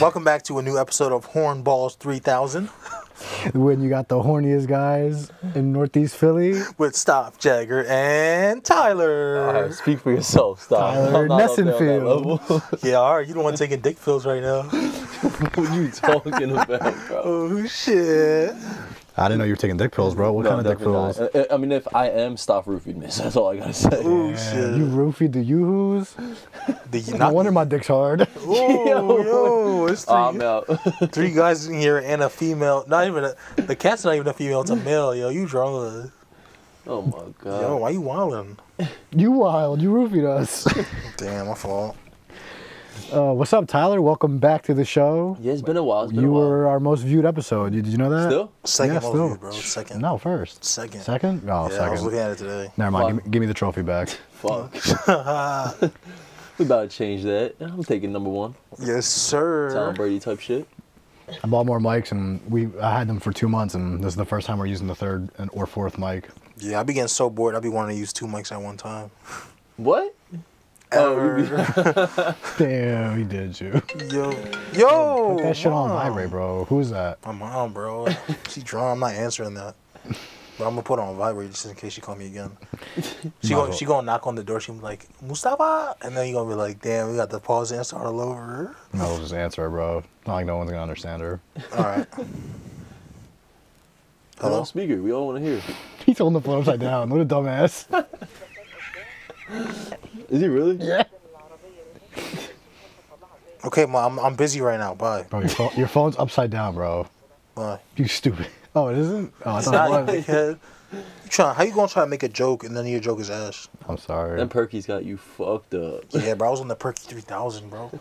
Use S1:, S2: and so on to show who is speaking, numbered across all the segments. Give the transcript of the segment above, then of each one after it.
S1: Welcome back to a new episode of Hornballs 3000
S2: when you got the horniest guys in Northeast Philly,
S1: with Stop Jagger and Tyler.
S3: Uh, speak for yourself, stop.
S2: Tyler
S3: I'm not up there on that
S2: Nessenfield.
S3: level.
S1: Yeah, all right. You the one taking dick pills right now.
S3: what you talking about, bro?
S1: Oh shit.
S4: I didn't know you were taking dick pills, bro. What
S3: No,
S4: kind of dick
S3: definitely
S4: pills?
S3: not. I- I I mean, if I am, stop roofing this. That's all I gotta say.
S1: Oh
S2: you
S1: shit.
S2: roofied the yoo-hoos.
S1: The,
S2: No wonder my dick's hard.
S1: Ooh, yo, it's three,
S3: Oh, I'm out.
S1: three guys in here and a female. Not even a, the cat's not even a female. It's a male. Yo, you drunk?
S3: oh my god.
S1: Yo, why you wildin'?
S2: you wild. You roofied us.
S1: Damn, my fault.
S2: Uh, what's up, Tyler? Welcome back to the show.
S3: yeah, it's been a while. It's been
S2: You
S3: a while.
S2: were our most viewed episode. Did did you know that?
S3: still.
S1: Second
S2: Yeah,
S1: most
S2: still.
S1: viewed, bro. Second.
S2: No, first.
S1: Second.
S2: Second? No,
S1: Yeah, I was looking
S2: second.
S1: at it today.
S2: Never mind.
S3: Fuck.
S2: Give me, give me the trophy back.
S3: Fuck. we about to change that. I'm taking number one.
S1: Yes, sir.
S3: Tom Brady type shit.
S2: I bought more mics, and we I had them for two months, and this is the first time we're using the third and or fourth mic.
S1: Yeah, I be getting so bored. I be wanting to use two mics at one time.
S3: What?
S1: Ever.
S2: Damn, he did you.
S1: yo, yo.
S2: Put that shit
S1: mom.
S2: on vibrate, bro. Who's that?
S1: My mom, bro. She drunk. I'm not answering that. But I'm gonna put it on vibrate just in case she call me again. She
S2: Might as
S1: gonna
S2: well.
S1: she gonna knock on the door. She be like Mustafa, and then you gonna be like, damn, we got to pause and start all over.
S2: No, we'll just answer her, bro. Not like no one's gonna understand her.
S1: All right.
S3: Come
S1: Hello.
S3: on, speaker. We all want to hear.
S2: He's holding the phone upside down. What a dumbass.
S3: Is he really? Yeah.
S1: Okay, mom. I'm, I'm busy right now. Bye.
S2: Bro, your, phone, your phone's upside down, bro.
S1: Bye.
S2: You stupid. Oh, it isn't? Oh, I
S1: It's
S2: thought
S1: not
S2: it was.
S1: dickhead. You trying? How you gonna try to make a joke and then your joke is ass?
S2: I'm sorry.
S3: That Perky's got you fucked up.
S1: Yeah, bro. I was on the perky three thousand, bro.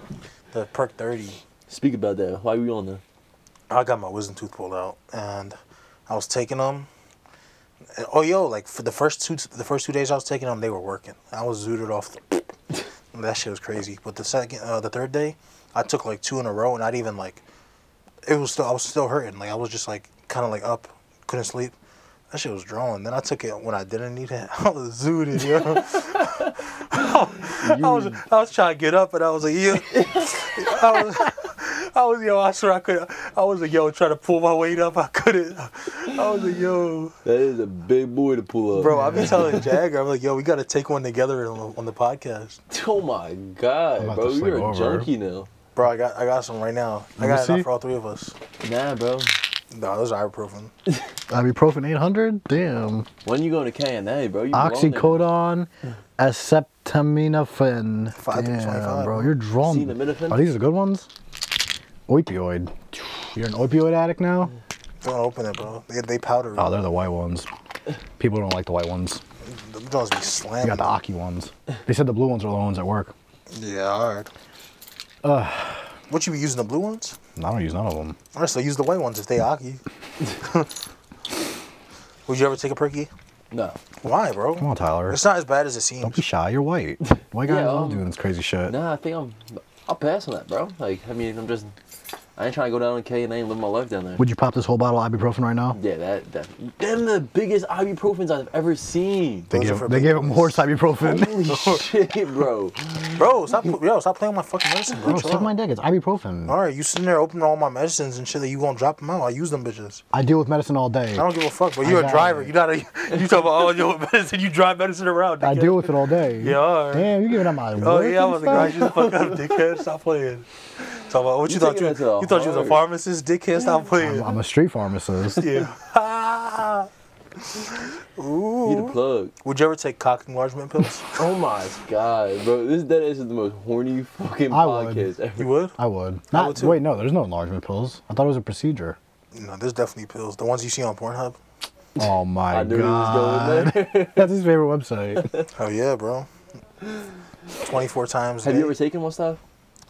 S1: The perk thirty.
S3: Speak about that. Why we on there?
S1: I got my wisdom tooth pulled out, and I was taking them. And- Oh, yo! Like for the first two, the first two days I was taking them, they were working. I was zooted off. The, that shit was crazy. But the second, uh, the third day, I took like two in a row, and I'd even like, it was still I was still hurting. Like I was just like kind of like up, couldn't sleep. That shit was drawing. Then I took it when I didn't need it. I was zooted, yo. I was I was trying to get up and I was like, yeah. I was, I was yo, I swear I could I was like, yo, trying to pull my weight up. I couldn't. I was like, yo.
S3: That is a big boy to pull up.
S1: Bro, I've been telling Jagger, I'm like, yo, we gotta take one together on the, on the podcast.
S3: Oh my
S2: I'm
S3: god,
S2: about
S3: bro,
S2: to sleep
S3: you're a
S2: over.
S3: junkie now.
S1: Bro, I got I got some right now. I
S2: Let
S1: got
S2: me
S1: enough
S2: see.
S1: for all three of us.
S3: Nah, bro.
S1: No, those are ibuprofen.
S2: Ibuprofen 800? Damn.
S3: When you going to KNA, bro? You belong
S2: Oxycodone, acetaminophen.
S1: Five times 25,
S2: Damn, bro.
S1: bro.
S2: You're drunk.
S3: Acetaminophen?
S2: Are these the good ones? Opioid. You're an opioid addict now?
S1: Don't open it, bro. They, they powder.
S2: Oh, they're the white ones. People don't like the white ones.
S1: the joints be slamming.
S2: You got the Aki ones. They said the blue ones are the ones that work.
S1: Yeah, alright. what you be using the blue ones?
S2: I don't use none of them.
S1: Honestly, use the white ones if they aki. Would you ever take a perky?
S3: there.
S1: Why, bro?
S2: Come on, Tyler.
S1: It's not as bad as it seems.
S2: Don't be shy. You're white. White guys
S3: Yeah,
S2: love
S3: um,
S2: doing this crazy shit.
S3: No, nah, I think I'm. I'll pass on that, bro. Like, I mean, I'm just. I ain't trying to go down to KNA and live my life down there.
S2: Would you pop this whole bottle of ibuprofen right now?
S3: yeah, that that them the biggest ibuprofens I've ever seen.
S2: They
S1: Those are
S2: gave
S1: for
S2: they
S1: big
S2: gave him
S1: boys.
S2: horse ibuprofen.
S3: Holy shit, bro.
S1: Bro, stop, yo, stop playing with my fucking medicine, bro.
S2: Bro, suck my dick. It's ibuprofen.
S1: All right, you sitting there opening all my medicines and shit that you won't drop them out. I use them bitches.
S2: I deal with medicine all day.
S1: I don't give a fuck, but you're a
S2: got
S1: driver.
S2: it.
S1: You not a, you talk about all your medicine. You drive medicine around.
S2: I
S1: dickhead.
S2: deal with it all day.
S1: Yeah, all right.
S2: Damn, you giving out my
S1: Oh
S2: work
S1: yeah, I
S2: and
S1: was
S2: stuff?
S1: like, you the fuck up, dickhead. Stop playing. Talk about what you,
S3: You
S1: thought
S3: taking
S1: you,
S3: it to the
S1: you thought you was a
S3: heart.
S1: pharmacist, dickhead. Stop playing.
S2: I'm, I'm a street pharmacist.
S1: yeah. Ah.
S3: You the plug.
S1: Would you ever take cock enlargement pills?
S3: Oh my god, bro. This that is the most horny fucking
S2: I would.
S3: podcast ever.
S1: you would?
S2: I would.
S1: I would
S2: Not,
S1: too.
S2: Wait, no, there's no enlargement pills. I thought it was a procedure.
S1: No, there's definitely pills. The ones you see on Pornhub.
S2: Oh my
S3: I knew it
S2: god.
S3: was going there.
S2: That's his favorite website.
S1: Oh yeah, bro. Twenty-four times. a
S3: Have you
S1: day.
S3: ever taken one stuff?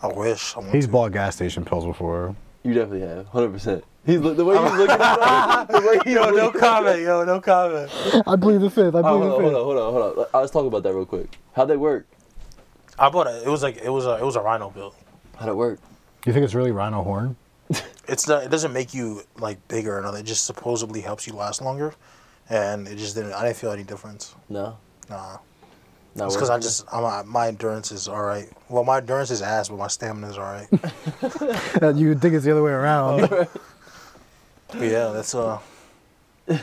S1: I wish. I want
S2: He's
S1: to.
S2: bought gas station pills before.
S3: You definitely have, hundred percent. He's look- the way he's looking at me, the way he's
S1: Yo, no
S3: looking-
S1: comment. Yo, no comment.
S2: I believe the fifth. I
S3: Oh,
S2: believe
S3: hold on,
S2: the
S3: hold
S2: fifth.
S3: on, hold on, hold on. Uh, Let's talk about that real quick. How'd that work?
S1: I bought a. Ah, It was like it was a. It was a rhino pill.
S3: How'd it work?
S2: You think it's really rhino horn?
S1: It's not. It doesn't make you like bigger or nothing. It just supposedly helps you last longer, and it just didn't. I didn't feel any difference.
S3: No.
S1: Nah.
S3: Not
S1: It's
S3: worth
S1: because I
S3: it.
S1: just I'm, I, my endurance is all right. Well, my endurance is ass, but my stamina is all right.
S2: you would think it's the other way around.
S1: But yeah, that's uh.
S2: Why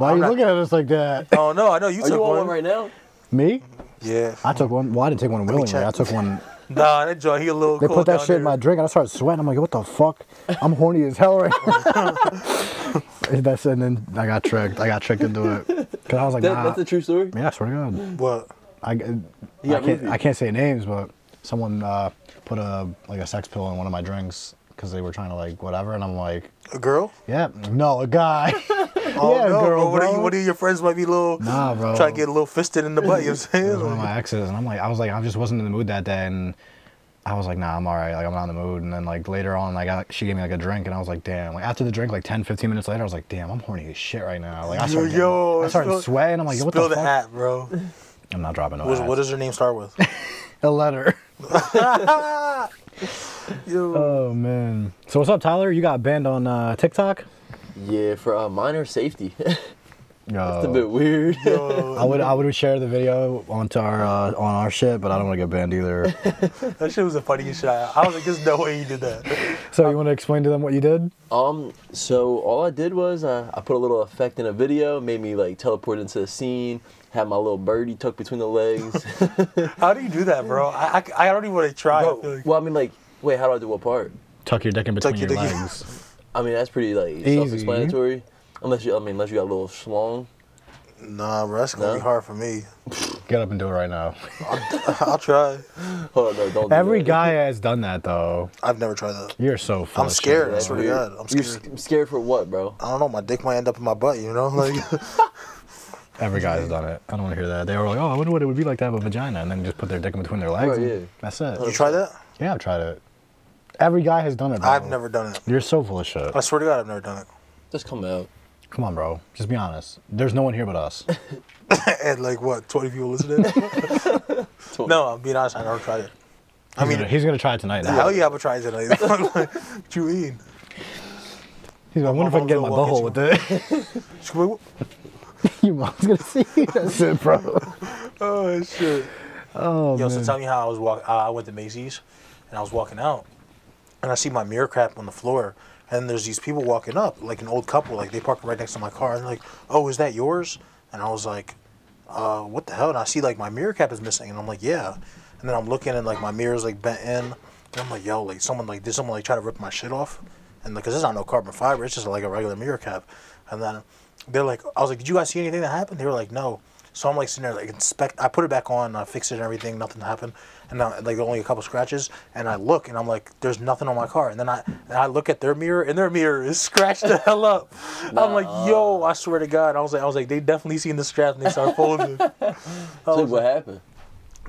S2: are
S1: I'm
S2: you
S1: not-
S2: looking at us like that?
S1: Oh no, I know you
S3: Are
S1: took
S3: you on
S1: one.
S3: one right now?
S2: Me?
S1: Yeah.
S2: I took one. Well, I didn't take one willingly.
S1: check.
S2: I took one.
S1: Nah, that joint, he a little.
S2: They
S1: cold
S2: put that
S1: down
S2: shit in my
S1: there.
S2: drink, and I started sweating. I'm like, what the fuck? I'm horny as hell right now. And That's and then I got tricked. I got tricked into it because I was like,
S3: That,
S2: nah.
S3: That's a true story.
S2: yeah, I swear to God.
S1: What?
S2: I, I
S3: Yeah,
S2: can't,
S3: movie.
S2: I can't say names, but someone uh, put a like a sex pill in one of my drinks because they were trying to like whatever, and I'm like,
S1: A girl?
S2: yeah, no, a guy.
S1: Oh
S2: yeah,
S1: no, bro.
S2: girl,
S1: What Are
S2: bro.
S1: you, what are your friends might be little?
S2: Nah, bro.
S1: Try to get a little fisted in the butt. You know what I'm
S2: It was one of
S1: saying?
S2: my exes, and I'm like, I was like, I just wasn't in the mood that day, and I was like, nah, I'm all right, like I'm not in the mood. And then like later on, like I, she gave me like a drink, and I was like, damn. Like after the drink, like 10, 15 minutes later, I was like, damn, I'm horny as shit right now. Like I started, getting- I started
S1: spill-
S2: sweating. I'm like, yo, what
S1: spill
S2: the fuck?
S1: hat, bro.
S2: I'm not dropping no.
S1: What,
S2: ass.
S1: what does her name start with?
S2: a letter?
S1: Yo.
S2: oh man. So what's up, Tyler? You got banned on uh, TikTok?
S3: Yeah, for uh, minor safety. It's
S2: No.
S3: a bit weird.
S1: Oh. Yo,
S2: I would I would share the video onto our uh, on our shit, but I don't want to get banned either.
S1: that shit was the funniest shit. I, I was like, there's no way you did that.
S2: so you want to explain to them what you did?
S3: Um, so all I did was uh, I put a little effect in a video, made me like teleport into a scene, had my little birdie tucked between the legs.
S1: How do you do that, bro? I, I, I don't even want to try. I feel
S3: Bro,
S1: like-
S3: well, I mean, like, wait, how do I do what part?
S2: Tuck your dick in between
S1: your
S2: your
S1: dick in-
S2: legs.
S3: I mean, that's pretty like
S2: Easy.
S3: self-explanatory. Unless you, I mean, unless you got a little schlong.
S1: Nah, bro, that's gonna
S3: No?
S1: be hard for me.
S2: Get up and do it right now.
S1: I'll try.
S3: Hold on, no, don't. do
S2: Every
S3: that.
S2: guy has done that though.
S1: I've never tried that.
S2: You're so full
S1: I'm
S2: of shit.
S1: scared. I
S3: That's
S1: swear to
S3: weird.
S1: God, I'm
S3: You're
S1: scared.
S3: s- scared for what, bro?
S1: I don't know. My dick might end up in my butt. You know, like
S2: Every guy's done it. I don't want to hear that. They were like, "Oh, I wonder what it would be like to have a vagina," and then just put their dick in between their legs.
S3: Right,
S2: and
S3: yeah.
S2: That's it.
S1: you try that?
S2: Yeah, I've tried it. Every guy has done it. Bro.
S1: I've never done it.
S2: You're so full of shit.
S1: I swear to God, I've never done
S3: Just come out.
S2: Come on, bro. Just be honest. There's no one here but us.
S1: it. and like what, 20 people listening? no, I'm being honest. I never tried it. I
S2: He's
S1: mean,
S2: gonna- he's gonna try it tonight.
S1: hell yeah, I'm gonna try it tonight. what you mean?
S2: He's like, I wonder if I can get in my
S1: Mama's gonna
S2: butthole
S1: walk
S2: with it.
S1: She's like,
S2: Your mom's gonna see you. That's it, bro.
S1: Oh shit.
S2: Oh
S1: Yo,
S2: man.
S1: so tell me how I was walk. Uh, I went to Macy's, and I was walking out, and I see my mirror crap on the floor, and there's these people walking up, like an old couple, like they parked right next to my car, and they're like, "Oh, is that yours?" And I was like, "Uh, what the hell?" And I see like my mirror cap is missing, and I'm like, "Yeah," and then I'm looking, and like my mirror's like bent in, and I'm like, "Yo, like someone like did someone like try to rip my shit off?" And because it's not no carbon fiber, it's just like a regular mirror cap, and then they're like, I was like, did you guys see anything that happened? They were like, no. So I'm like sitting there, like inspect. I put it back on, I fixed it and everything. Nothing happened, and now like only a couple scratches. And I look, and I'm like, there's nothing on my car. And then I and I look at their mirror, and their mirror is scratched the hell up. I'm like, yo, I swear to God, I was like, I was like, they definitely seen the scratch, and they start folding. Oh,
S3: So what happened?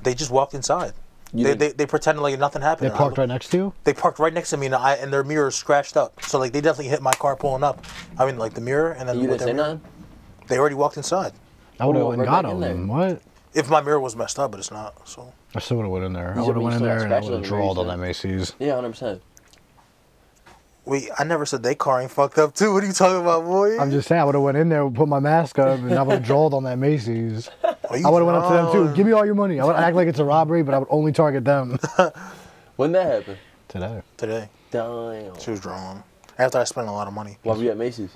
S1: they just walked inside.
S3: You
S1: They,
S3: didn't-
S1: they, they pretended like nothing happened.
S2: They
S1: And I
S2: parked
S1: look-
S2: right next to you.
S1: they parked right next to me, and I and their mirror is scratched up. So like they definitely hit my car pulling up. I mean like the mirror, and then
S3: You
S1: with
S3: didn't
S1: their
S3: say
S1: mirror-
S3: nothing.
S1: They already walked inside.
S2: I would have
S3: Well,
S2: went
S3: right
S2: and got
S3: back in
S2: him.
S3: there.
S2: What?
S1: If my mirror was messed up, but it's not. So
S2: I still would have went in there. I
S3: You
S2: would have went in
S3: said we
S2: there and I
S3: still
S2: would
S3: had
S2: have
S3: scratches on
S2: drawled
S3: the
S2: on
S3: mirror,
S2: that Macy's.
S3: Yeah, hundred percent.
S1: wait, I never said they car ain't fucked up too. What are you talking about, boy?
S2: I'm just saying, I would have went in there, put my mask up, and I would have drawled on that Macy's.
S1: Are you
S2: I would have went up to them too.
S1: drunk?
S2: Give me all your money. I would act like it's a robbery, but I would only target them.
S3: When that happened?
S2: Today.
S1: today.
S3: Damn.
S1: She was drawn. After I spent a lot of money,
S3: Why were you at Macy's?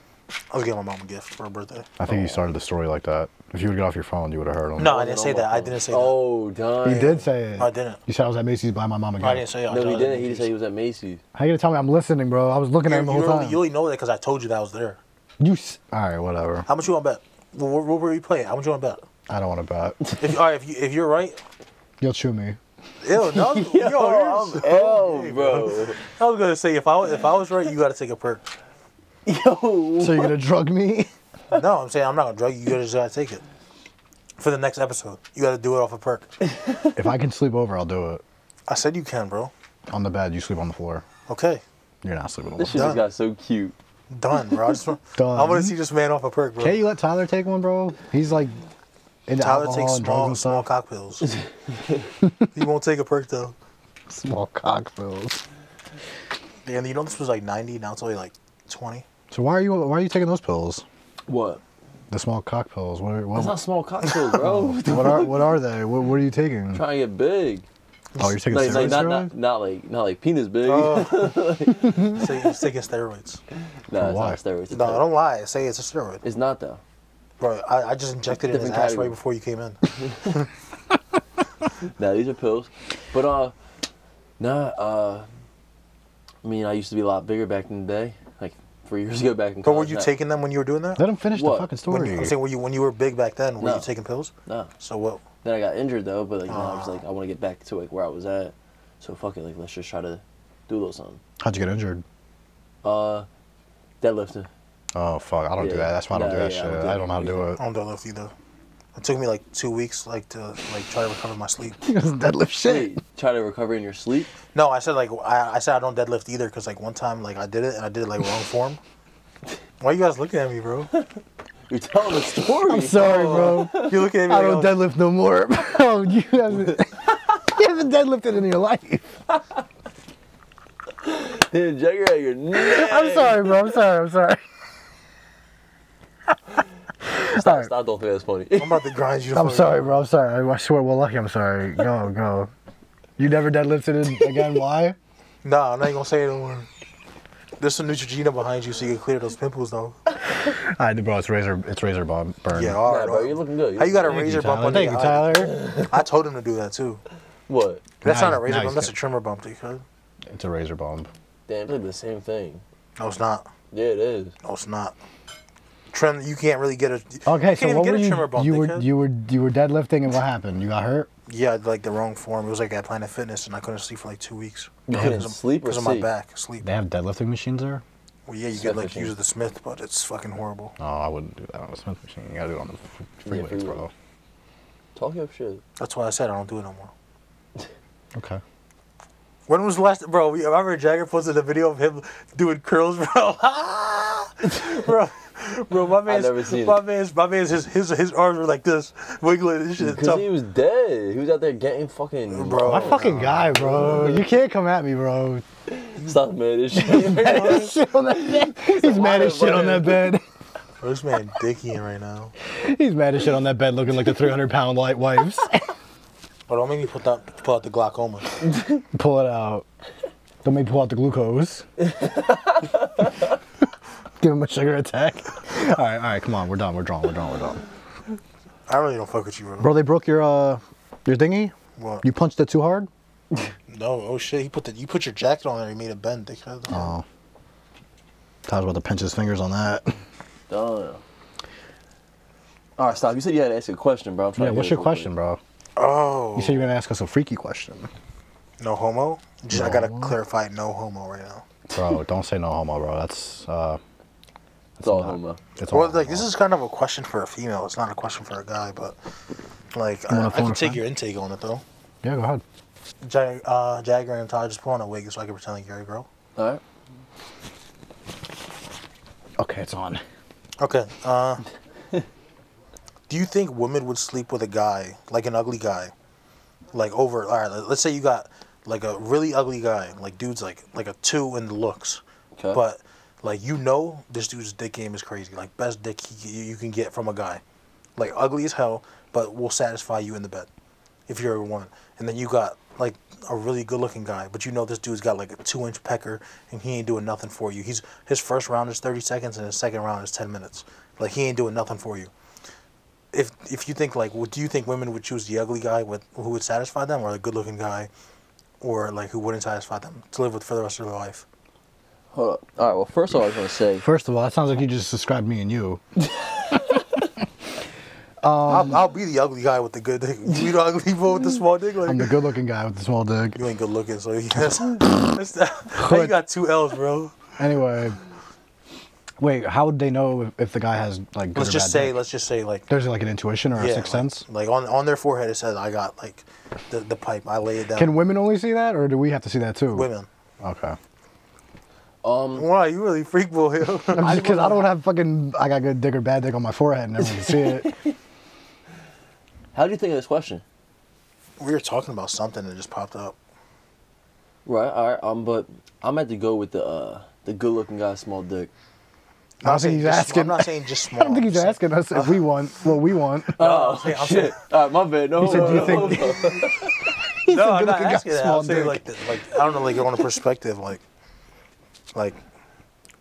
S1: I was giving my mom a gift for her birthday.
S2: I think you started the story like that. If you would get off your phone, you would have heard him.
S1: No, I didn't say that. I didn't say that.
S3: Oh,
S2: You
S3: damn.
S2: did say it.
S1: I didn't.
S2: You said I was at Macy's by my mom again.
S1: I didn't say. it. I
S3: No,
S1: thought
S3: he
S1: I
S3: didn't. He just
S1: say
S3: said he was at Macy's.
S2: How you gonna tell me I'm listening, bro? I was looking
S1: You,
S2: at
S1: you,
S2: him the whole
S1: only,
S2: time.
S1: you only know that because I told you that I was there.
S2: You s- all right? Whatever.
S1: How much you want to bet? What, what, what were you playing? How much you want to bet?
S2: I don't want to bet.
S1: If, all right, if, you, if you're right,
S2: You'll chew me.
S1: ew, no, yo, I'm-
S3: Oh, bro.
S1: I was gonna say if I was- if I was right, you gotta take a perk.
S3: Yo.
S2: So you're gonna drug me?
S1: No, I'm saying I'm not gonna drug you. You just gotta take it for the next episode. You gotta do it off a perk.
S2: if I can sleep over, I'll do it.
S1: I said you can, bro.
S2: On the bed, you sleep on the floor.
S1: Okay,
S2: You're not sleeping on the
S3: This
S2: floor.
S3: shit just got so cute.
S1: done, bro. I just want,
S2: Done.
S1: I want to see this man off a perk, bro.
S2: Can't you let Tyler take one, bro? He's like into
S1: Tyler
S2: alcohol
S1: takes
S2: and drugs
S1: small small
S2: and stuff.
S1: cock pills. he won't take a perk though.
S2: Small cock pills.
S1: And you know this was like 90, now it's only like 20.
S2: So why are you why are you taking those pills?
S3: What?
S2: the small cock pills. What are, what,
S3: That's not small cocktails, bro.
S2: what are what are they? What, what are you taking?
S3: Trying to get big.
S2: Oh, you're taking
S3: Like, like
S2: steroids,
S3: not,
S2: really?
S3: not, not like not like penis big.
S1: Oh. so he's taking steroids.
S3: no, it's
S2: why?
S3: not steroids. It's,
S1: No,
S3: not-
S1: don't lie. Say it's a steroid.
S3: it's not though.
S1: Bro, I, I just injected it in his
S3: Different
S1: ass right
S3: category.
S1: before you came in.
S3: No, these are pills. But uh, nah. Uh, I mean, I used to be a lot bigger back in the day, like three years ago back in.
S1: But were
S3: college,
S1: you
S3: not-
S1: taking them when you were doing that?
S2: Let him finish
S3: What?
S2: the fucking
S1: When,
S2: story.
S1: I'm saying, were you when you were big back then? Were
S3: No.
S1: you taking pills?
S3: No.
S1: So what?
S3: Then I got injured though, but like you know, I was
S1: Ah.
S3: like, I want to get back to like where I was at. So fuck it, like let's just try to do a little something.
S2: How'd you get injured?
S3: Uh, deadlifting.
S2: Oh fuck! I don't
S3: Yeah,
S2: do that. That's why I don't
S3: no,
S2: do that
S3: yeah, I
S2: shit.
S3: don't do
S2: I don't know how to do it.
S1: I don't deadlift either. It took me like two weeks, like to like try to recover my sleep.
S2: deadlift shit.
S3: Wait, try to recover in your sleep.
S1: No, I said like I, I said I don't deadlift either because like one time like I did it and I did it like wrong form. Why you guys looking at me, bro?
S3: You're telling a story.
S2: I'm sorry, bro.
S1: You looking at me?
S2: I
S1: like
S2: don't
S1: was-
S2: deadlift no more. Bro, you haven't, you haven't deadlifted in your life.
S3: Dude, Jagger at your neck.
S2: I'm sorry, bro. I'm sorry. I'm sorry.
S3: Stop, stop, don't think that's funny.
S1: I'm about to grind you. to
S2: I'm
S1: fucking-
S2: sorry, bro. I'm sorry. I swear, well, lucky I'm sorry. Go, go. You never deadlifted it again. Why?
S1: Nah, I'm not even gonna say it anymore. There's some Neutrogena behind you, so you can clear those pimples, though.
S2: I bro. It's razor. It's razor burn.
S1: Yeah, all right,
S3: Nah, bro, you're looking good.
S1: How you got a
S2: Thank
S1: razor
S2: you,
S1: bump on
S2: Tyler. Thank you,
S1: your eye?
S2: Tyler.
S1: I told him to do that too.
S3: What?
S1: That's
S2: Now
S1: not a
S2: he's-
S1: razor
S2: now
S1: bump.
S2: he's
S1: That's a
S2: good.
S1: trimmer bump, dude.
S2: It's a razor bomb.
S3: Damn, they did the same thing.
S1: No, it's not.
S3: Yeah, it is.
S1: No, it's not. Trim. You can't really get a.
S2: Okay,
S1: you can't
S2: so
S1: even
S2: what
S1: get
S2: were
S1: a
S2: you?
S1: trimmer bump,
S2: you were
S1: dickhead.
S2: you were you were deadlifting, and what happened? You got hurt.
S1: Yeah, like the wrong form. It was like at Planet Fitness, and I couldn't sleep for like two weeks.
S3: You
S1: Because
S3: couldn't
S1: of-
S3: sleep or
S1: because of my
S3: sleep?
S1: back sleep.
S2: They have deadlifting machines there.
S1: Well, yeah, you
S3: Smith
S1: could like
S3: machine.
S1: use the Smith, but it's fucking horrible.
S2: No, I wouldn't do that on a Smith machine. You gotta do it on the f-
S3: Yeah,
S2: freeway,
S3: freeway.
S2: bro.
S3: Talk up shit.
S1: That's why I said I don't do it no more.
S2: Okay.
S1: When was the last, bro? we- Remember Jagger posted a video of him doing curls, bro. bro, bro, my man's,
S3: never seen
S1: my
S3: it.
S1: man's, my man's, his, his, his arms were like this, wiggling and shit.
S3: Because
S1: Tough.
S3: he was dead. He was out there getting fucking.
S1: Bro.
S2: My fucking guy, bro. You can't come at me, bro.
S3: Stop, man. This shit.
S2: Shit on that bed. He's mad as shit on that bed.
S1: Bro, this man dickying right now.
S2: He's mad as shit on that bed, looking like the 300 pound light wives.
S1: But don't make me put out, pull out the glaucoma.
S2: pull it out. Don't make me pull out the glucose. Give him a sugar attack. All right, all right, come on. We're done. We're drawn. We're drawn. We're drawn.
S1: I really don't fuck with you, bro.
S2: Bro, they broke your uh, your dinghy.
S1: What?
S2: You punched it too hard.
S1: No, oh shit, he put the, you put your jacket on there, he made a bend, dickhead.
S2: Oh. Todd's about to pinch his fingers on that.
S3: Done. All right, stop. You said you had to ask a question, bro. I'm trying
S2: Yeah,
S3: to
S2: what's
S3: get
S2: your
S3: it real quick.
S2: question, bro?
S1: Oh.
S2: You said you were gonna ask us a freaky question.
S1: No homo? Just, I
S2: No
S1: gotta
S2: homo?
S1: clarify no homo right now.
S2: Bro, don't say no homo, bro. That's uh,
S3: It's all homo.
S2: it's
S1: Well,
S2: all
S1: like,
S2: homo.
S1: this is kind of a question for a female. It's not a question for a guy, but, like,
S2: wanna
S1: I, I can
S2: phone a
S1: take
S2: friend?
S1: your intake on it, though.
S2: Yeah, go ahead.
S1: Jag, uh, Jagger and Todd just put on a wig so I can pretend like you're a girl.
S3: All right.
S2: Okay, it's on.
S1: Okay, uh, do you think women would sleep with a guy, like an ugly guy? Like, over, all right, let's say you got, like, a really ugly guy, like, dude's like, like a two in the looks.
S3: Okay.
S1: But like you know, this dude's dick game is crazy. Like best dick he, you can get from a guy, like ugly as hell, but will satisfy you in the bed, if you're a woman. And then you got like a really good looking guy, but you know this dude's got like a two inch pecker, and he ain't doing nothing for you. He's his first round is thirty seconds, and his second round is ten minutes. Like he ain't doing nothing for you. If if you think like, well, do you think women would choose the ugly guy with who would satisfy them, or the good looking guy, or like who wouldn't satisfy them to live with for the rest of their life?
S3: Hold up. All right. Well, first of all, I was gonna say.
S2: First of all, that sounds like you just described me and you. Um,
S1: I'll, I'll be the ugly guy with the good dick. You the ugly boy with the small dick. Like
S2: I'm the good-looking guy with the small dick.
S1: you ain't good looking, so you- that's, that's how you got two L's, bro.
S2: Anyway, wait, how would they know if, if the guy has like? Good
S1: Let's
S2: or
S1: just
S2: bad
S1: say,
S2: dick?
S1: let's just say, like,
S2: there's like an intuition or a
S1: yeah,
S2: sixth
S1: like,
S2: sense.
S1: like on on their forehead it says, "I got like the the pipe. I lay it down."
S2: Can women only see that, or do we have to see that too?
S1: women?
S2: Okay.
S3: Um.
S1: Wow, you really freak boy.
S2: Because I don't have fucking I got good dick or bad dick on my forehead and everyone can see it.
S3: How do you think of this question?
S1: we were talking about something that just popped up.
S3: Right. All right. Um. But I'm at to go with the uh the good looking guy, small dick.
S1: I'm
S2: think
S1: saying
S2: he's
S1: just-
S2: asking.
S1: I'm not saying just small.
S2: I don't think he's
S1: I'm saying-
S2: asking us if we want what we want.
S3: Oh
S1: saying- I'm
S3: shit!
S1: saying-
S3: All right, my bad. No,
S2: He said, "Do you
S3: hold on,
S2: think-
S3: hold on.
S2: He's
S1: No,
S2: a
S1: I'm not
S2: good-looking guy,
S1: asking that.
S2: small
S1: I'm saying
S2: dick.
S1: like, the, like I don't know, like on a perspective, like, like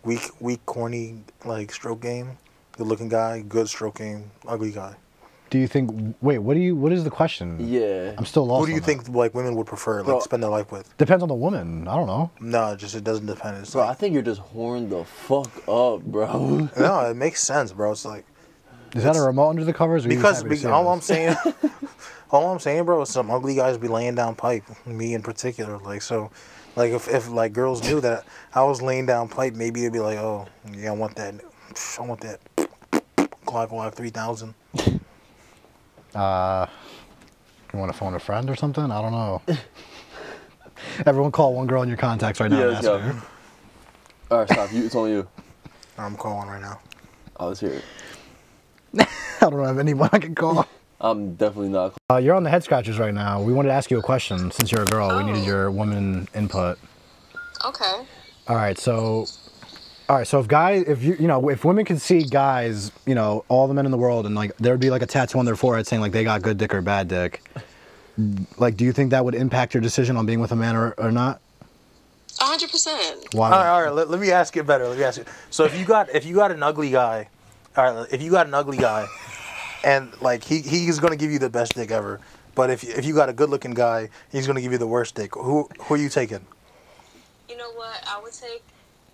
S1: weak, weak, corny, like stroke game, good looking guy, good stroke game, ugly guy.
S2: Do you think? Wait, what do you? What is the question?
S3: yeah,
S2: I'm still lost.
S1: Who do you
S2: on that.
S1: think like women would prefer, like,
S3: Bro.
S1: spend their life with?
S2: Depends on the woman. I don't know.
S1: No, it just it doesn't depend. It's
S3: bro. I
S1: like,
S3: think you're just horned the fuck up, bro.
S1: no, it makes sense, bro. It's like
S2: Is that a remote under the covers? Or you just
S1: because
S2: happy to
S1: be,
S2: see
S1: all
S2: this?
S1: I'm saying, all I'm saying, bro, is some ugly guys be laying down pipe. Me in particular, like so, like if, if like girls knew that I was laying down pipe, maybe it'd be like, oh yeah, I want that, I want that. Glock Glock three thousand.
S2: Uh, you want to phone a friend or something? I don't know. Everyone call one girl in your contacts right now.
S3: yeah,
S2: and
S3: let's
S2: ask
S3: go.
S2: her.
S3: All right, stop. You, it's on you. Oh,
S1: I'm calling right now.
S3: I was here.
S2: I don't have anyone I can call.
S3: I'm definitely not.
S2: Uh, you're on the head scratchers right now. We wanted to ask you a question since you're a girl. We needed
S5: Oh.
S2: your woman input.
S5: Okay.
S2: All right, so, all right, so if guys, if you, you know, if women could see guys, you know, all the men in the world, and like there would be like a tattoo on their forehead saying like they got good dick or bad dick, like, do you think that would impact your decision on being with a man or, or not?
S5: A hundred percent.
S1: All
S2: Why?
S1: right, all right. Let, let me ask it better. Let me ask it. So if you got if you got an ugly guy, all right. If you got an ugly guy, and like he he's gonna give you the best dick ever. But if if you got a good looking guy, he's gonna give you the worst dick. Who who are you taking?
S5: You know what? I would take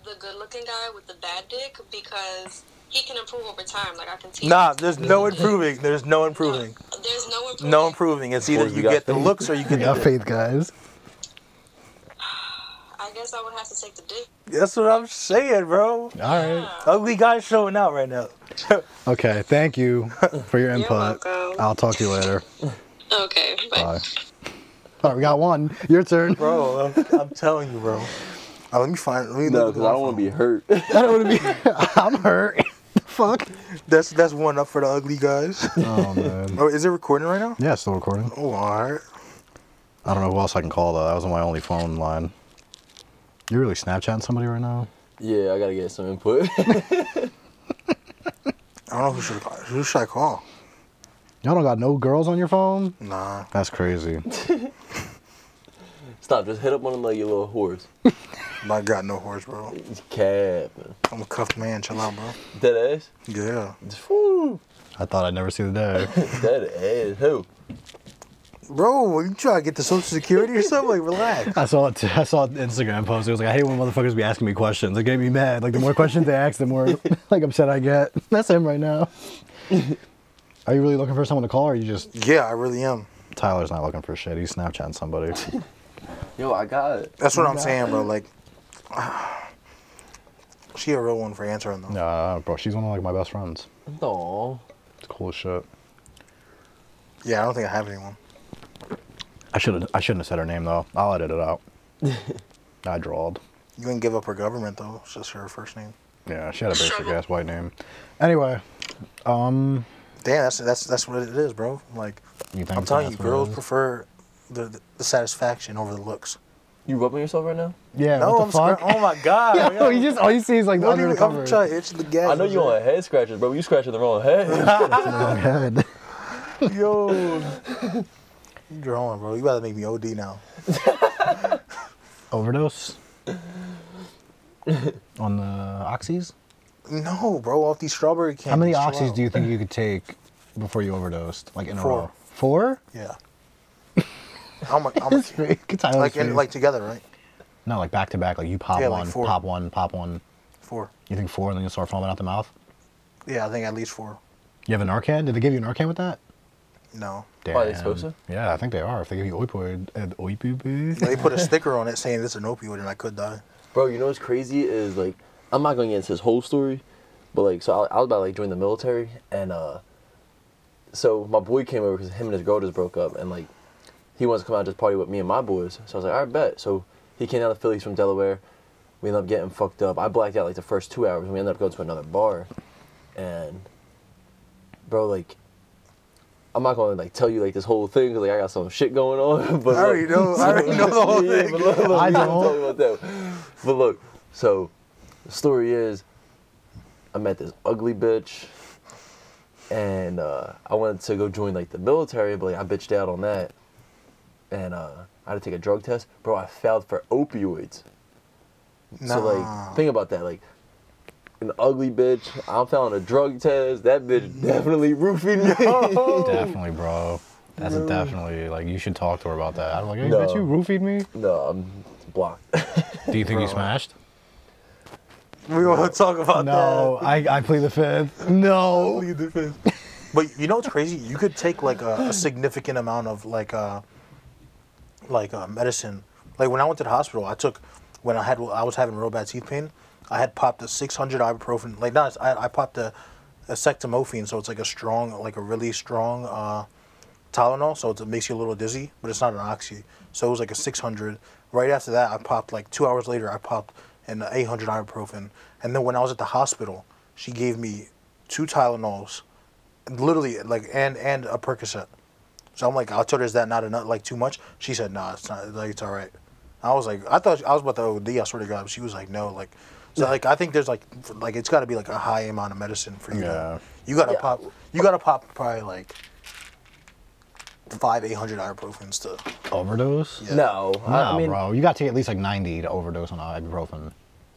S5: the good-looking guy with the bad dick because he can improve over time. Like I can teach.
S1: Nah, there's no improving. There's no improving.
S5: There's no improvement.
S1: No improving. It's either
S3: Boys, we
S1: you
S3: got
S1: get the
S3: faith.
S1: looks or you get
S2: Yeah,
S1: the dick.
S2: faith, guys.
S5: I guess I would have to take the dick.
S1: That's what I'm saying, bro.
S2: All right.
S1: Ugly guys showing out right now.
S2: Okay. Thank you for your input.
S5: welcome.
S2: I'll talk to you later.
S5: Okay. But
S2: Bye. All right, we got one. Your turn.
S1: Bro, I'm, I'm telling you, bro. Uh, let me find. Let me
S3: No,
S1: look
S3: because
S1: at
S3: I
S1: my
S3: don't want to
S1: phone.
S3: be hurt.
S2: I don't want to be. I'm hurt. Fuck.
S1: That's that's one up for the ugly guys.
S2: Oh man.
S1: oh, is it recording right now?
S2: Yeah, it's still recording.
S1: Oh, all right.
S2: I don't know who else I can call though. That was on my only phone line. You're really Snapchatting somebody right now?
S3: yeah, I gotta get some input.
S1: I don't know who should I call. Who should I call?
S2: Y'all don't got no girls on your phone?
S1: Nah.
S2: That's crazy.
S3: stop. Just hit up one of like your little horse.
S1: I got no horse, bro.
S3: He's capping.
S1: I'm a cuffed man. Chill out, bro.
S3: Dead ass.
S1: Yeah.
S3: Whew.
S2: I thought I'd never see the day.
S3: Dead ass. Who?
S1: Bro, you trying to get the social security or something? Like, relax.
S2: I saw it. I saw an Instagram post. It was like, I hate when motherfuckers be asking me questions. It gave me mad. Like the more questions they ask, the more like upset I get. That's him right now. Are you really looking for someone to call, or are you just
S1: Yeah, I really am.
S2: Tyler's not looking for shit? He's Snapchatting somebody.
S3: Yo, I got it.
S1: That's what I'm saying, bro. Like, she a real one for answering though.
S2: Nah, bro, she's one of like my best friends.
S3: No.
S2: It's cool as shit.
S1: Yeah, I don't think I have anyone.
S2: I should I shouldn't have said her name though. I'll edit it out. I drawled.
S1: You didn't give up her government though. It's just her first name.
S2: Yeah, she had a basic ass white name. Anyway, um,
S1: Damn, that's that's that's what it is, bro. Like,
S2: you think
S1: I'm telling you,
S2: that's what it
S1: girls
S2: is?
S1: prefer the, the the satisfaction over the looks.
S3: You rubbing yourself right now?
S2: yeah.
S1: No,
S2: what the
S1: I'm
S2: fuck?
S1: scr- Oh my god.
S2: Yo, you just all you see is like the
S1: What do
S2: under
S1: you,
S2: the cover.
S1: I'm trying to itch the gas.
S3: I know you on head scratches, bro. You scratching the wrong head.
S2: Wrong head.
S1: Yo. You growing, bro. You about to make me OD now.
S2: Overdose. On the oxys.
S1: No, bro. Off these strawberry candies.
S2: How many
S1: chill
S2: oxys
S1: out.
S2: do you think you could take before you overdosed? Like in
S1: Four.
S2: a row. Four?
S1: Yeah. How much? How much?
S2: Tyler's
S1: like in,
S2: face.
S1: like together, right?
S2: no, like back to back. Like you pop
S1: Yeah, like
S2: one,
S1: four.
S2: pop one, pop one.
S1: Four.
S2: You think four, and then you start foaming out the mouth.
S1: Yeah, I think at least four.
S2: You have an Narcan? Did they give you an Narcan with that?
S1: No.
S3: Are they supposed
S2: Damn.
S3: to?
S2: Yeah, I think they are. If they give you opioid, uh, opioid.
S1: They put a sticker on it saying this is an opioid and I could die.
S3: Bro, you know what's crazy is like, I'm not gonna get into his whole story, but like, so I, I was about to like join the military, and uh, so my boy came over because him and his girl just broke up, and like, he wants to come out and just party with me and my boys. So I was like, all right, bet. So he came down to Phillies from Delaware. We ended up getting fucked up. I blacked out like the first two hours, and we ended up going to another bar, and bro, like. I'm not gonna like tell you like this whole thing because like I got some shit going on. But
S1: I already
S3: like-
S1: know. I already know the whole
S3: yeah,
S1: thing.
S3: But look, look,
S2: I
S3: we don't
S2: don't.
S3: talk about that. But look, so the story is, I met this ugly bitch, and uh, I wanted to go join like the military, but like, I bitched out on that, and uh, I had to take a drug test, bro. I failed for opioids.
S1: Nah.
S3: So like, think about that, like. An ugly bitch. I'm failing a drug test. That bitch definitely roofied me.
S2: Definitely, bro. That's definitely like you should talk to her about that. I'm like, hey,
S3: No.
S2: bitch, you roofied me.
S3: No, I'm blocked.
S2: Do you think you smashed?
S1: We want to talk about
S2: No, I, I plead the fifth. No.
S1: that. but you know what's crazy? You could take like a, a significant amount of like uh like uh, medicine. Like when I went to the hospital, I took when I had I was having real bad teeth pain. I had popped a 600 ibuprofen. Like not I, I popped a, a sectamophene, so it's like a strong like a really strong uh Tylenol, so it's- it makes you a little dizzy, but it's not an oxy. So it was like a 600. Right after that, I popped like two hours later, I popped an 800 ibuprofen. And then when I was at the hospital, she gave me two Tylenols, literally like and and a Percocet. So I'm like, I told her is that not enough, like too much? She said, nah, it's not, like it's all right. I was like, I thought I was about to OD. I swear to God, but she was like, no, like, so like I think there's like, f- like it's got to be like a high amount of medicine for you.
S2: Yeah.
S1: To, you gotta
S3: Yeah.
S1: pop. You gotta pop probably like five, eight hundred ibuprofens to.
S2: Overdose?
S1: Yeah.
S3: no, I,
S2: Nah,
S3: I mean,
S2: bro. You got to take at least like 90 to overdose on ibuprofen.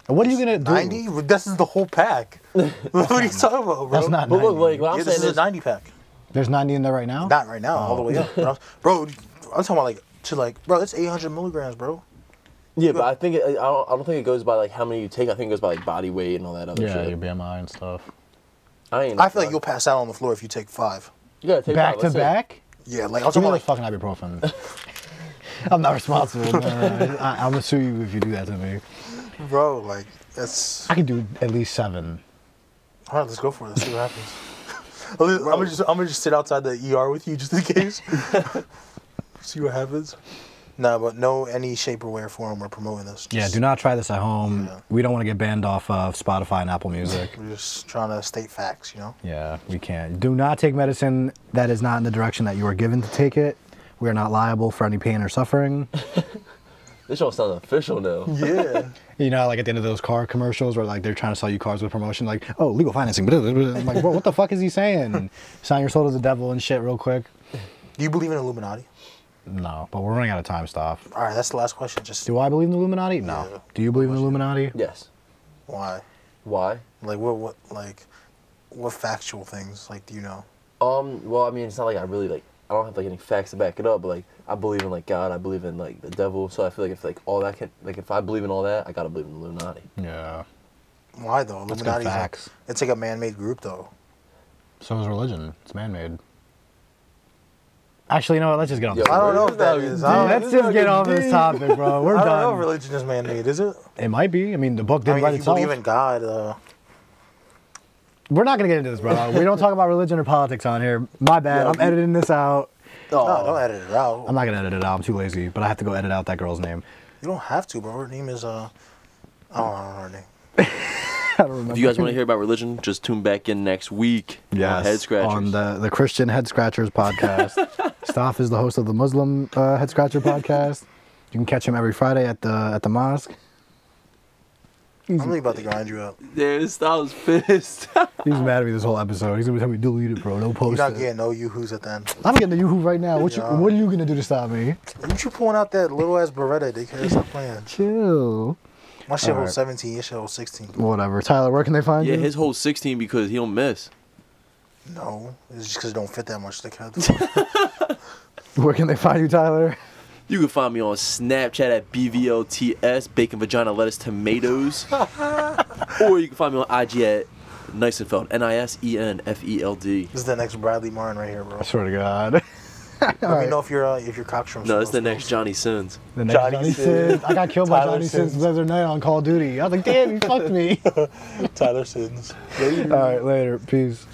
S2: And What are you gonna do?
S1: Ninety. This is the whole pack. what are you talking about, bro?
S2: That's not
S3: But
S2: 90.
S3: look, like what I'm
S1: Yeah, this
S3: saying
S1: is a
S3: is,
S1: ninety pack.
S2: There's 90 in there right now.
S1: Not right now, all the way up,
S2: Oh.
S1: bro. bro. I'm talking about like to like, bro. That's eight hundred milligrams, bro.
S3: yeah, but I think it, I don't. I don't think it goes by like how many you take. I think it goes by like body weight and all that other
S2: yeah,
S3: shit.
S2: your BMI and stuff.
S3: I ain't.
S1: I feel like you'll pass out on the floor if you take five.
S3: You gotta take
S2: Back
S3: five,
S2: to
S3: let's say.
S2: back.
S1: Yeah, like I'm talking
S2: Give me
S1: about
S2: the
S1: like
S2: fucking ibuprofen. I'm not responsible. man. I, I'm gonna sue you if you do that to me.
S1: bro, like that's.
S2: I could do at least seven.
S1: All right, let's go for it. Let's see what happens. I'm gonna just I'm gonna just sit outside the ER with you just in case. see what happens. Nah, but no, any shape or way or form we're promoting this.
S2: Yeah,
S1: Just-
S2: do not try this at home.
S1: Yeah.
S2: We don't want to get banned off of Spotify and Apple Music.
S1: We're just trying to state facts, you know.
S2: yeah, we can't. Do not take medicine that is not in the direction that you were given to take it. We are not liable for any pain or suffering.
S3: This all sounds official now.
S1: Yeah.
S2: You know, like at the end of those car commercials where like they're trying to sell you cars with promotion, like, oh, legal financing. blah, blah, blah. I'm like, bro, what the fuck is he saying? Sign your soul to the devil and shit real quick.
S1: Do you believe in Illuminati?
S2: No, but we're running out of time, stop.
S1: All right, that's the last question. Just
S2: Do I believe in the Illuminati? No.
S1: Yeah.
S2: Do you believe in the Illuminati?
S3: Yes.
S1: why?
S3: Why?
S1: Like what? What? Like what factual things? Like do you know?
S3: Um. Well, I mean, it's not like I really like. I don't have like any facts to back it up, but like I believe in like God. I believe in like the devil. So I feel like if like all that can like if I believe in all that, I gotta believe in Illuminati.
S2: Yeah.
S1: Why though?
S2: That's good
S1: Illuminati's like-
S2: facts.
S1: it's like a man-made group though.
S2: So is religion. It's man made. Actually, you know what? Let's just get on
S3: Yo,
S2: this.
S1: I don't
S3: where
S1: know
S3: is
S1: if that
S3: that
S1: is.
S3: dude?
S1: I don't-
S2: Let's just get off this topic, bro. We're
S1: I don't know if
S2: done.
S1: religion is man-made, is it?
S2: It might be. I mean, the book
S1: I
S2: didn't
S1: mean,
S2: write
S1: if you
S2: itself.
S1: believe in God, uh,
S2: We're not gonna get into this, bro. We don't talk about religion or politics on here. My bad. I'm editing this out.
S1: no, don't edit it out.
S2: I'm not gonna edit it out. I'm too lazy. But I have to go edit out that girl's name.
S1: You don't have to, bro. Her name is uh, I don't know her name.
S2: I don't remember.
S3: If you guys want to hear about religion, just tune back in next week. on
S2: Yes,
S3: Head scratchers.
S2: on the, the Christian Head Scratchers podcast. Staff is the host of the Muslim uh, Head Scratcher podcast. You can catch him every Friday at the at the mosque.
S1: I'm really about to grind you up.
S3: Dude, Styles pissed.
S2: He's mad at me this whole episode. He's gonna tell me delete it, bro. Don't
S1: uh, You're
S2: post
S1: not
S2: it.
S1: getting no you who's at the end.
S2: I'm getting the yoo-hoo right now. What you
S1: Yeah.
S2: What are you gonna do to stop me?
S1: Aren't you pulling out that little ass Beretta, dickhead? Stop playing.
S2: Chill.
S1: My shit holds
S2: right.
S1: 17, your shit holds 16.
S2: Whatever. Tyler, where can they find
S3: yeah,
S2: you?
S3: his whole 16 because he don't miss.
S1: No, it's just because it don't fit that much, dickhead.
S2: where can they find you, Tyler?
S3: You can find me on Snapchat at BVLTS, Bacon Vagina Lettuce Tomatoes. or you can find me on IG at Nisenfeld, N I S E N F E L D.
S1: this is the next Bradley Martin right here, bro.
S2: I swear to God.
S1: Let me know if you're uh, if your cops from.
S3: No, it's the
S1: Somerville.
S3: next Johnny Sins.
S2: The next
S1: Johnny
S2: Johnny,
S1: Sins.
S2: Sins. I got killed by
S1: Tyler
S2: Johnny Sins
S1: Sins.
S2: the other night on Call of Duty. I was like, damn, he fucked me.
S1: Tyler Sins.
S2: All right, later. Peace.